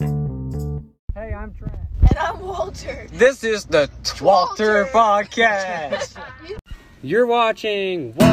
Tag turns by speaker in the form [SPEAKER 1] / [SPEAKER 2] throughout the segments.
[SPEAKER 1] Hey, I'm Trent.
[SPEAKER 2] And I'm Walter.
[SPEAKER 3] This is the Twalter
[SPEAKER 2] Twalter.
[SPEAKER 3] Podcast.
[SPEAKER 1] You're watching Walter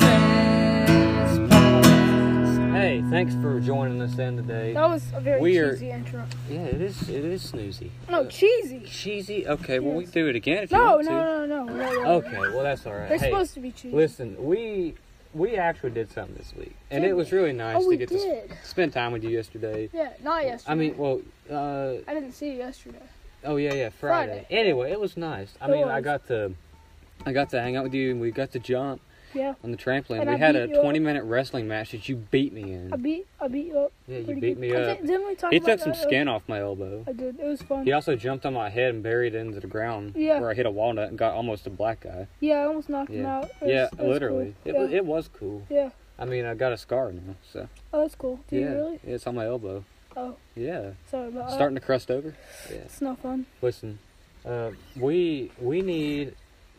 [SPEAKER 1] Jazz Podcast. Hey, thanks for joining us in today.
[SPEAKER 4] That was a very
[SPEAKER 1] Weird.
[SPEAKER 4] cheesy intro.
[SPEAKER 1] Yeah, it is. It is snoozy. Uh,
[SPEAKER 4] No, cheesy.
[SPEAKER 1] Cheesy. Okay, well we can do it again if you
[SPEAKER 4] No,
[SPEAKER 1] want to.
[SPEAKER 4] no, no, no, no, no.
[SPEAKER 1] Okay, well that's all right.
[SPEAKER 4] They're
[SPEAKER 1] hey,
[SPEAKER 4] supposed to be cheesy.
[SPEAKER 1] listen, we we actually did something this week, and
[SPEAKER 4] Did
[SPEAKER 1] it was really nice
[SPEAKER 4] Oh,
[SPEAKER 1] to
[SPEAKER 4] we
[SPEAKER 1] get
[SPEAKER 4] did.
[SPEAKER 1] to s- spend time with you yesterday.
[SPEAKER 4] Yeah, not yesterday.
[SPEAKER 1] I mean, well, uh,
[SPEAKER 4] I didn't see you yesterday.
[SPEAKER 1] Oh yeah, yeah, Friday.
[SPEAKER 4] Friday.
[SPEAKER 1] Anyway, it was nice. I
[SPEAKER 4] It
[SPEAKER 1] mean, I
[SPEAKER 4] was.
[SPEAKER 1] got to, I got to hang out with you, and we got to jump
[SPEAKER 4] Yeah,
[SPEAKER 1] on the trampoline.
[SPEAKER 4] And I
[SPEAKER 1] we had
[SPEAKER 4] beat
[SPEAKER 1] a
[SPEAKER 4] you up.
[SPEAKER 1] twenty-minute wrestling match that you beat me in.
[SPEAKER 4] I beat, I beat you up.
[SPEAKER 1] yeah, you
[SPEAKER 4] pretty
[SPEAKER 1] beat
[SPEAKER 4] good.
[SPEAKER 1] me
[SPEAKER 4] I
[SPEAKER 1] up.
[SPEAKER 4] thi- didn't we talk
[SPEAKER 1] He
[SPEAKER 4] about
[SPEAKER 1] took some
[SPEAKER 4] that?
[SPEAKER 1] skin off my elbow.
[SPEAKER 4] I did. It was fun.
[SPEAKER 1] He also jumped on my head and buried it into the ground,
[SPEAKER 4] Yeah.
[SPEAKER 1] where I hit a walnut and got almost a black eye.
[SPEAKER 4] Yeah, I almost knocked him
[SPEAKER 1] Yeah.
[SPEAKER 4] out. It was-
[SPEAKER 1] yeah,
[SPEAKER 4] it was cool.
[SPEAKER 1] literally. It
[SPEAKER 4] yeah.
[SPEAKER 1] was it was cool.
[SPEAKER 4] yeah.
[SPEAKER 1] I mean, I got a scar now, so
[SPEAKER 4] Oh, that's cool. Do
[SPEAKER 1] yeah,
[SPEAKER 4] you really? Uh,
[SPEAKER 1] it's on my elbow.
[SPEAKER 4] Oh,
[SPEAKER 1] Yeah,
[SPEAKER 4] sorry about that.
[SPEAKER 1] starting to crust over. Yeah.
[SPEAKER 4] It's not fun.
[SPEAKER 1] Listen, uh, we we need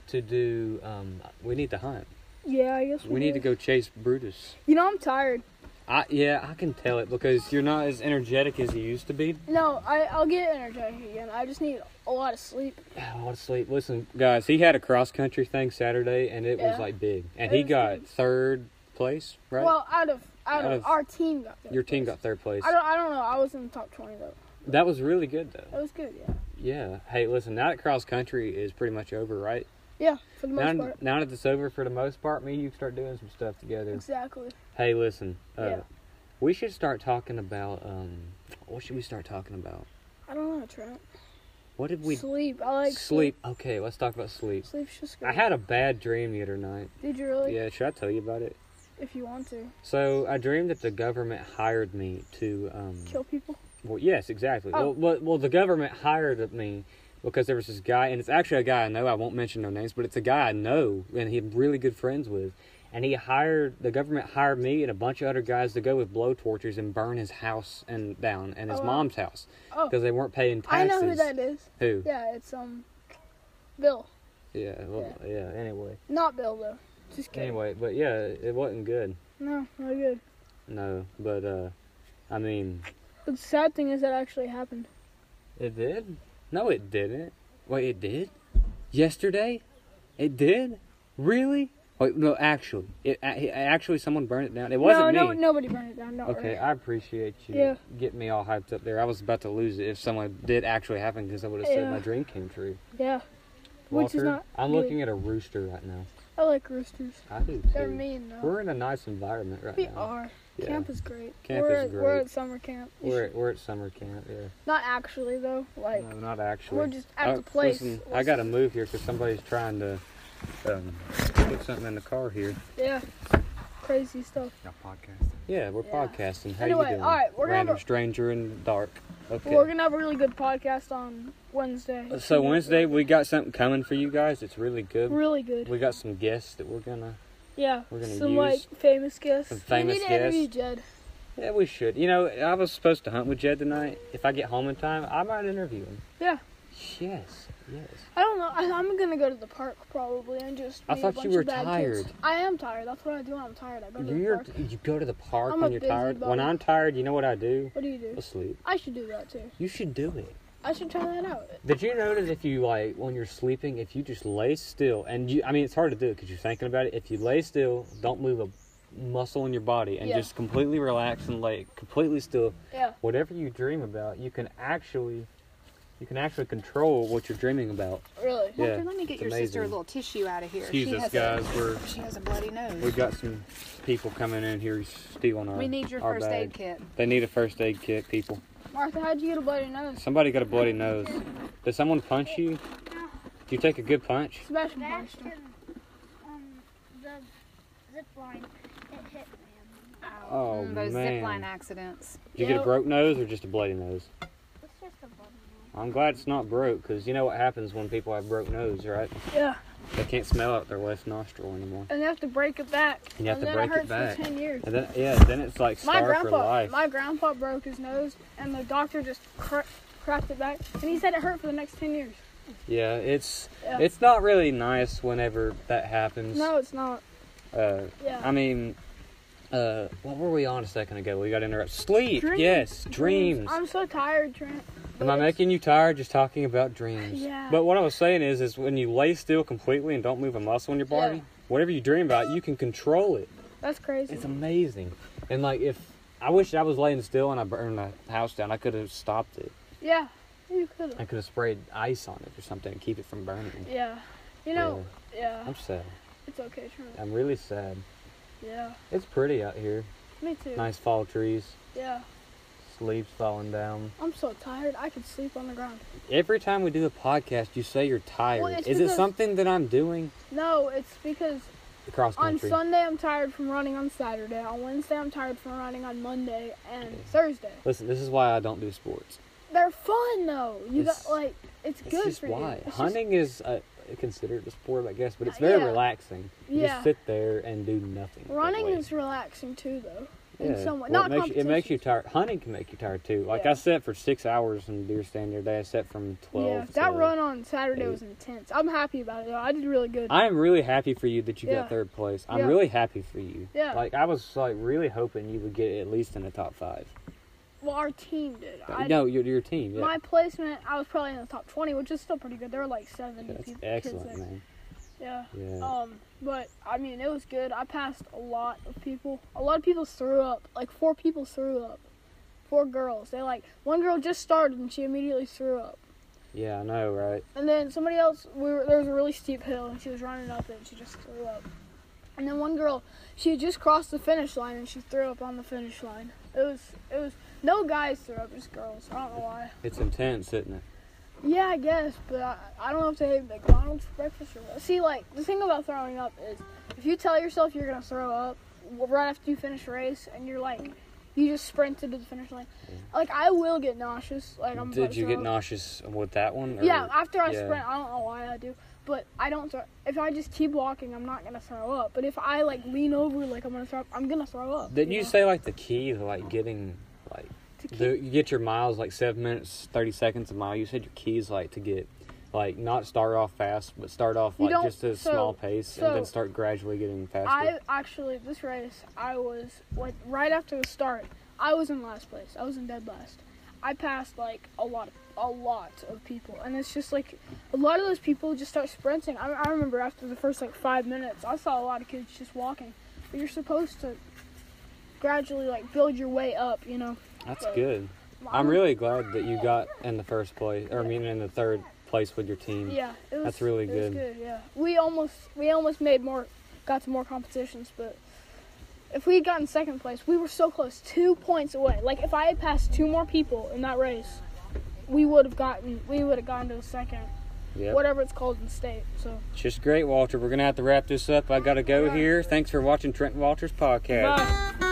[SPEAKER 1] to do um, we need to hunt.
[SPEAKER 4] Yeah, I guess we,
[SPEAKER 1] We need to go chase Brutus.
[SPEAKER 4] You know, I'm tired.
[SPEAKER 1] I yeah, I can tell it because you're not as energetic as you used to be.
[SPEAKER 4] No, I, I'll get energetic again. I just need a lot of sleep.
[SPEAKER 1] Honestly, Oh, listen, guys, he had a cross country thing Saturday and it was
[SPEAKER 4] Yeah.
[SPEAKER 1] like big, and
[SPEAKER 4] It
[SPEAKER 1] he
[SPEAKER 4] was
[SPEAKER 1] got
[SPEAKER 4] big.
[SPEAKER 1] third place, right?
[SPEAKER 4] Well, out of out,
[SPEAKER 1] Out
[SPEAKER 4] of,
[SPEAKER 1] of-
[SPEAKER 4] our team got there.
[SPEAKER 1] Your team got third place.
[SPEAKER 4] I don't, I don't know. I was in the top 20 though.
[SPEAKER 1] That was really good though.
[SPEAKER 4] That was good. Yeah.
[SPEAKER 1] Yeah. Hey, listen, now that cross country is pretty much over, right?
[SPEAKER 4] Yeah, for the most
[SPEAKER 1] now,
[SPEAKER 4] part.
[SPEAKER 1] now that it's over for the most part, me and you can start doing some stuff together.
[SPEAKER 4] Exactly.
[SPEAKER 1] Hey, listen. Uh,
[SPEAKER 4] Yeah.
[SPEAKER 1] We should start talking about. Um, what should we start talking about?
[SPEAKER 4] I don't know, Trent.
[SPEAKER 1] What did we
[SPEAKER 4] sleep. I like
[SPEAKER 1] sleep? Okay, let's talk about sleep.
[SPEAKER 4] sleep. Sleep's just good.
[SPEAKER 1] I had a bad dream the other night.
[SPEAKER 4] Did you really?
[SPEAKER 1] Yeah, should I tell you about it?
[SPEAKER 4] If you want to
[SPEAKER 1] So I dreamed that the government hired me to. Um,
[SPEAKER 4] kill people.
[SPEAKER 1] Well, yes, exactly.
[SPEAKER 4] Oh.
[SPEAKER 1] Well, well, well, the government hired me because there was this guy, and it's actually a guy I know. I won't mention no names, but it's a guy I know, and he's really good friends with. And he hired the government hired me and a bunch of other guys to go with blow torches and burn his house and down and his
[SPEAKER 4] Oh, wow.
[SPEAKER 1] mom's house
[SPEAKER 4] Oh,
[SPEAKER 1] because they weren't paying
[SPEAKER 4] I
[SPEAKER 1] taxes.
[SPEAKER 4] know who that is.
[SPEAKER 1] Who?
[SPEAKER 4] Yeah, it's um, Bill.
[SPEAKER 1] Yeah. Well, yeah. Anyway.
[SPEAKER 4] Not Bill though. Just kidding.
[SPEAKER 1] Anyway, but yeah, it wasn't good.
[SPEAKER 4] No, not good.
[SPEAKER 1] No, but uh, I mean,
[SPEAKER 4] The sad thing is that actually happened.
[SPEAKER 1] It did? No, it didn't. Wait, it did? Yesterday? It did? Really? Wait, no, actually, it, a- it- actually someone burned it down. It wasn't
[SPEAKER 4] no,
[SPEAKER 1] me.
[SPEAKER 4] no, nobody burned it down. Don't
[SPEAKER 1] Okay,
[SPEAKER 4] worry.
[SPEAKER 1] I appreciate you
[SPEAKER 4] Yeah.
[SPEAKER 1] getting me all hyped up there. I was about to lose it if someone did actually happen because I would have said
[SPEAKER 4] Yeah.
[SPEAKER 1] my dream came true.
[SPEAKER 4] Yeah, Which is
[SPEAKER 1] Walter,
[SPEAKER 4] not
[SPEAKER 1] I'm
[SPEAKER 4] good.
[SPEAKER 1] looking at a rooster right now.
[SPEAKER 4] I like roosters.
[SPEAKER 1] I do too.
[SPEAKER 4] They're mean though.
[SPEAKER 1] We're in a nice environment right
[SPEAKER 4] we
[SPEAKER 1] now.
[SPEAKER 4] are.
[SPEAKER 1] Yeah.
[SPEAKER 4] Camp is great.
[SPEAKER 1] Camp
[SPEAKER 4] we're
[SPEAKER 1] is
[SPEAKER 4] at, We're
[SPEAKER 1] great.
[SPEAKER 4] at summer camp. You
[SPEAKER 1] We're
[SPEAKER 4] should-
[SPEAKER 1] at, we're at summer camp. Yeah.
[SPEAKER 4] Not actually though. Like
[SPEAKER 1] no, not actually.
[SPEAKER 4] we're just at
[SPEAKER 1] Uh,
[SPEAKER 4] the place.
[SPEAKER 1] Listen, I gotta move here because somebody's trying to um, put something in the car here.
[SPEAKER 4] Yeah, crazy stuff.
[SPEAKER 1] Yeah, we're
[SPEAKER 4] Yeah.
[SPEAKER 1] podcasting. How
[SPEAKER 4] Anyway,
[SPEAKER 1] you doing?
[SPEAKER 4] alright, we're gonna
[SPEAKER 1] Random
[SPEAKER 4] have a-
[SPEAKER 1] stranger in the dark. Okay.
[SPEAKER 4] We're gonna have a really good podcast on Wednesday.
[SPEAKER 1] so Wednesday we got something coming for you guys. It's really good.
[SPEAKER 4] really good.
[SPEAKER 1] We got some guests that we're gonna.
[SPEAKER 4] yeah,
[SPEAKER 1] we're gonna
[SPEAKER 4] some
[SPEAKER 1] use
[SPEAKER 4] like famous guests.
[SPEAKER 1] some famous
[SPEAKER 4] we need to interview
[SPEAKER 1] guests.
[SPEAKER 4] Jed.
[SPEAKER 1] Yeah, we should. You know, I was supposed to hunt with Jed tonight. If I get home in time, I might interview him.
[SPEAKER 4] Yeah,
[SPEAKER 1] Yes, yes.
[SPEAKER 4] I don't know. I, I'm gonna go to the park probably and just.
[SPEAKER 1] I
[SPEAKER 4] meet a
[SPEAKER 1] thought you
[SPEAKER 4] bunch of
[SPEAKER 1] were
[SPEAKER 4] bad
[SPEAKER 1] tired.
[SPEAKER 4] kids. I am tired. That's what I do when I'm tired. I go to the
[SPEAKER 1] You're
[SPEAKER 4] park.
[SPEAKER 1] you go to the park
[SPEAKER 4] I'm
[SPEAKER 1] when
[SPEAKER 4] a
[SPEAKER 1] you're tired. When
[SPEAKER 4] busybody.
[SPEAKER 1] I'm tired, you know what I do?
[SPEAKER 4] What do you do?
[SPEAKER 1] I sleep.
[SPEAKER 4] I should do that too.
[SPEAKER 1] You should do it.
[SPEAKER 4] I should try that out.
[SPEAKER 1] Did you notice if you like when you're sleeping, if you just lay still and you, I mean, it's hard to do because you're thinking about it. If you lay still, don't move a muscle in your body and
[SPEAKER 4] Yeah.
[SPEAKER 1] just completely relax and lay completely still.
[SPEAKER 4] Yeah,
[SPEAKER 1] Whatever you dream about, you can actually, you can actually control what you're dreaming about.
[SPEAKER 4] really.
[SPEAKER 1] Yeah,
[SPEAKER 2] Walter, let me get
[SPEAKER 1] it's
[SPEAKER 2] your sister a
[SPEAKER 1] amazing.
[SPEAKER 2] little tissue out of here.
[SPEAKER 1] Excuse
[SPEAKER 2] she
[SPEAKER 1] us,
[SPEAKER 2] has
[SPEAKER 1] guys.
[SPEAKER 2] A,
[SPEAKER 1] We're
[SPEAKER 2] she has a bloody nose.
[SPEAKER 1] we got some people coming in here stealing our.
[SPEAKER 2] We need your
[SPEAKER 1] our
[SPEAKER 2] first
[SPEAKER 1] bag.
[SPEAKER 2] aid kit.
[SPEAKER 1] They need a first aid kit, people.
[SPEAKER 4] Martha, how'd you get a bloody nose?
[SPEAKER 1] Somebody got a bloody nose. Did someone punch you? Do you take a good punch?
[SPEAKER 4] Sebastian punched
[SPEAKER 5] Bastion,
[SPEAKER 4] her.
[SPEAKER 5] um, the zip line, it hit me.
[SPEAKER 1] Oh
[SPEAKER 2] Mm, those
[SPEAKER 1] man.
[SPEAKER 2] zip line accidents.
[SPEAKER 1] Did you get a
[SPEAKER 4] Yep.
[SPEAKER 1] broke nose or just a bloody nose?
[SPEAKER 5] It's just a bummer.
[SPEAKER 1] I'm glad it's not broke because you know what happens when people have broke nose, right?
[SPEAKER 4] Yeah,
[SPEAKER 1] They can't smell out their left nostril anymore.
[SPEAKER 4] and they have to break it back.
[SPEAKER 1] And you have to
[SPEAKER 4] then
[SPEAKER 1] break it
[SPEAKER 4] it hurts
[SPEAKER 1] back.
[SPEAKER 4] for ten years.
[SPEAKER 1] And then yeah, then it's like
[SPEAKER 4] My
[SPEAKER 1] scarred for
[SPEAKER 4] grandpa,
[SPEAKER 1] life.
[SPEAKER 4] my grandpa broke his nose, and the doctor just cra- cracked it back, and he said it hurt for the next ten years.
[SPEAKER 1] Yeah, it's
[SPEAKER 4] Yeah.
[SPEAKER 1] it's not really nice whenever that happens.
[SPEAKER 4] No, it's not.
[SPEAKER 1] Uh,
[SPEAKER 4] Yeah.
[SPEAKER 1] I mean, Uh, what were we on a second ago? We got interrupted. Sleep.
[SPEAKER 4] Dreams.
[SPEAKER 1] Yes, dreams.
[SPEAKER 4] I'm so tired, Trent.
[SPEAKER 1] Am I making you tired just talking about dreams?
[SPEAKER 4] Yeah.
[SPEAKER 1] But what I was saying is, is when you lay still completely and don't move a muscle in your body,
[SPEAKER 4] Yeah.
[SPEAKER 1] whatever you dream about, you can control it.
[SPEAKER 4] That's crazy.
[SPEAKER 1] It's amazing. And like, if I wish I was laying still and I burned the house down, I could have stopped it.
[SPEAKER 4] yeah, you could.
[SPEAKER 1] I could have sprayed ice on it or something to keep it from burning.
[SPEAKER 4] Yeah, you know. Yeah,
[SPEAKER 1] I'm sad.
[SPEAKER 4] it's okay, Trent.
[SPEAKER 1] I'm really sad.
[SPEAKER 4] Yeah,
[SPEAKER 1] It's pretty out here.
[SPEAKER 4] me too.
[SPEAKER 1] Nice fall trees,
[SPEAKER 4] Yeah,
[SPEAKER 1] leaves falling down.
[SPEAKER 4] I'm so tired. I could sleep on the ground.
[SPEAKER 1] Every time we do a podcast, you say you're tired.
[SPEAKER 4] it's
[SPEAKER 1] Is it
[SPEAKER 4] because-
[SPEAKER 1] something that I'm doing
[SPEAKER 4] No, it's because
[SPEAKER 1] across
[SPEAKER 4] on
[SPEAKER 1] country?
[SPEAKER 4] Sunday I'm tired from running on Saturday. On Wednesday I'm tired from running on Monday and Thursday.
[SPEAKER 1] Listen, this is why I don't do sports.
[SPEAKER 4] They're fun though. You
[SPEAKER 1] It's-
[SPEAKER 4] got like it's,
[SPEAKER 1] It's
[SPEAKER 4] good
[SPEAKER 1] just
[SPEAKER 4] for
[SPEAKER 1] why
[SPEAKER 4] you. It's just- Uh,
[SPEAKER 1] hunting is uh, considered a sport, I guess, but it's very
[SPEAKER 4] Yeah.
[SPEAKER 1] relaxing. You
[SPEAKER 4] Yeah.
[SPEAKER 1] just sit there and do nothing. but
[SPEAKER 4] running
[SPEAKER 1] wait.
[SPEAKER 4] is relaxing too though.
[SPEAKER 1] Yeah.
[SPEAKER 4] In some way,
[SPEAKER 1] Well,
[SPEAKER 4] not
[SPEAKER 1] it, makes you, it makes you
[SPEAKER 4] competitions.
[SPEAKER 1] tired. Hunting can make you tired too. Like
[SPEAKER 4] Yeah.
[SPEAKER 1] I sat for six hours in deer stand the other day. I sat from twelve.
[SPEAKER 4] Yeah, that
[SPEAKER 1] to-
[SPEAKER 4] run on Saturday
[SPEAKER 1] eight.
[SPEAKER 4] was intense. I'm happy about it though. I did really good.
[SPEAKER 1] I am really happy for you that you
[SPEAKER 4] Yeah.
[SPEAKER 1] got third place. I'm
[SPEAKER 4] Yeah.
[SPEAKER 1] really happy for you.
[SPEAKER 4] Yeah.
[SPEAKER 1] Like I was like really hoping you would get at least in the top five.
[SPEAKER 4] well, our team did. I,
[SPEAKER 1] no, your your team. Yeah.
[SPEAKER 4] My placement, I was probably in the top 20, which is still pretty good. There were like 70
[SPEAKER 1] That's
[SPEAKER 4] people.
[SPEAKER 1] excellent,
[SPEAKER 4] kids
[SPEAKER 1] man.
[SPEAKER 4] there.
[SPEAKER 1] Yeah.
[SPEAKER 4] Yeah. Um, but I mean, it was good. I passed a lot of people. A lot of people threw up. Like four people threw up. Four girls. They like one girl just started and she immediately threw up.
[SPEAKER 1] yeah, I know, right?
[SPEAKER 4] And then somebody else, we were, there was a really steep hill, and she was running up it, and she just threw up. And then one girl, she had just crossed the finish line, and she threw up on the finish line. It was, it was, no guys threw up, just girls. I don't know why.
[SPEAKER 1] It's intense, isn't it?
[SPEAKER 4] Yeah, I guess, but I, I don't know if they ate McDonald's for breakfast or what. See, like, the thing about throwing up is if you tell yourself you're going to throw up w- right after you finish a race, and you're like, you just sprinted to the finish line. Like, I will get nauseous. Like, I'm about
[SPEAKER 1] Mm. Did
[SPEAKER 4] to
[SPEAKER 1] you
[SPEAKER 4] throw
[SPEAKER 1] get
[SPEAKER 4] up.
[SPEAKER 1] nauseous with that one? or-
[SPEAKER 4] Yeah, after I
[SPEAKER 1] yeah.
[SPEAKER 4] sprint, I don't know why I do, but I don't throw. If I just keep walking, I'm not gonna throw up. But if I like lean over, like I'm gonna throw up, I'm gonna throw up.
[SPEAKER 1] Didn't you
[SPEAKER 4] know,
[SPEAKER 1] say like the key to like getting like
[SPEAKER 4] to keep-
[SPEAKER 1] the, you get your miles like seven minutes thirty seconds a mile? You said your keys like to get like not start off fast, but start off
[SPEAKER 4] You
[SPEAKER 1] like
[SPEAKER 4] don't-
[SPEAKER 1] just a
[SPEAKER 4] so-
[SPEAKER 1] small pace and
[SPEAKER 4] so-
[SPEAKER 1] then start gradually getting
[SPEAKER 4] I
[SPEAKER 1] faster.
[SPEAKER 4] actually this race, I was like right after the start, I was in last place. I was in dead last. I passed like a lot, of, a lot of people, and it's just like a lot of those people just start sprinting. I, I remember after the first like five minutes, I saw a lot of kids just walking, but you're supposed to gradually like build your way up, you know.
[SPEAKER 1] That's good. I'm really glad that you got in the first place, or I mean in the third place with your team.
[SPEAKER 4] Yeah, it was.
[SPEAKER 1] That's really
[SPEAKER 4] it was
[SPEAKER 1] good.
[SPEAKER 4] yeah, we almost we almost made more, got to more competitions, but if we had gotten second place, we were so close, two points away. Like if I had passed two more people in that race, we would have gotten we would have gotten to the second,
[SPEAKER 1] Yep.
[SPEAKER 4] whatever it's called in state. So
[SPEAKER 1] It's Just great, Walter. We're gonna have to wrap this up. I gotta go here. Thanks for watching Trent Walters podcast.
[SPEAKER 4] bye.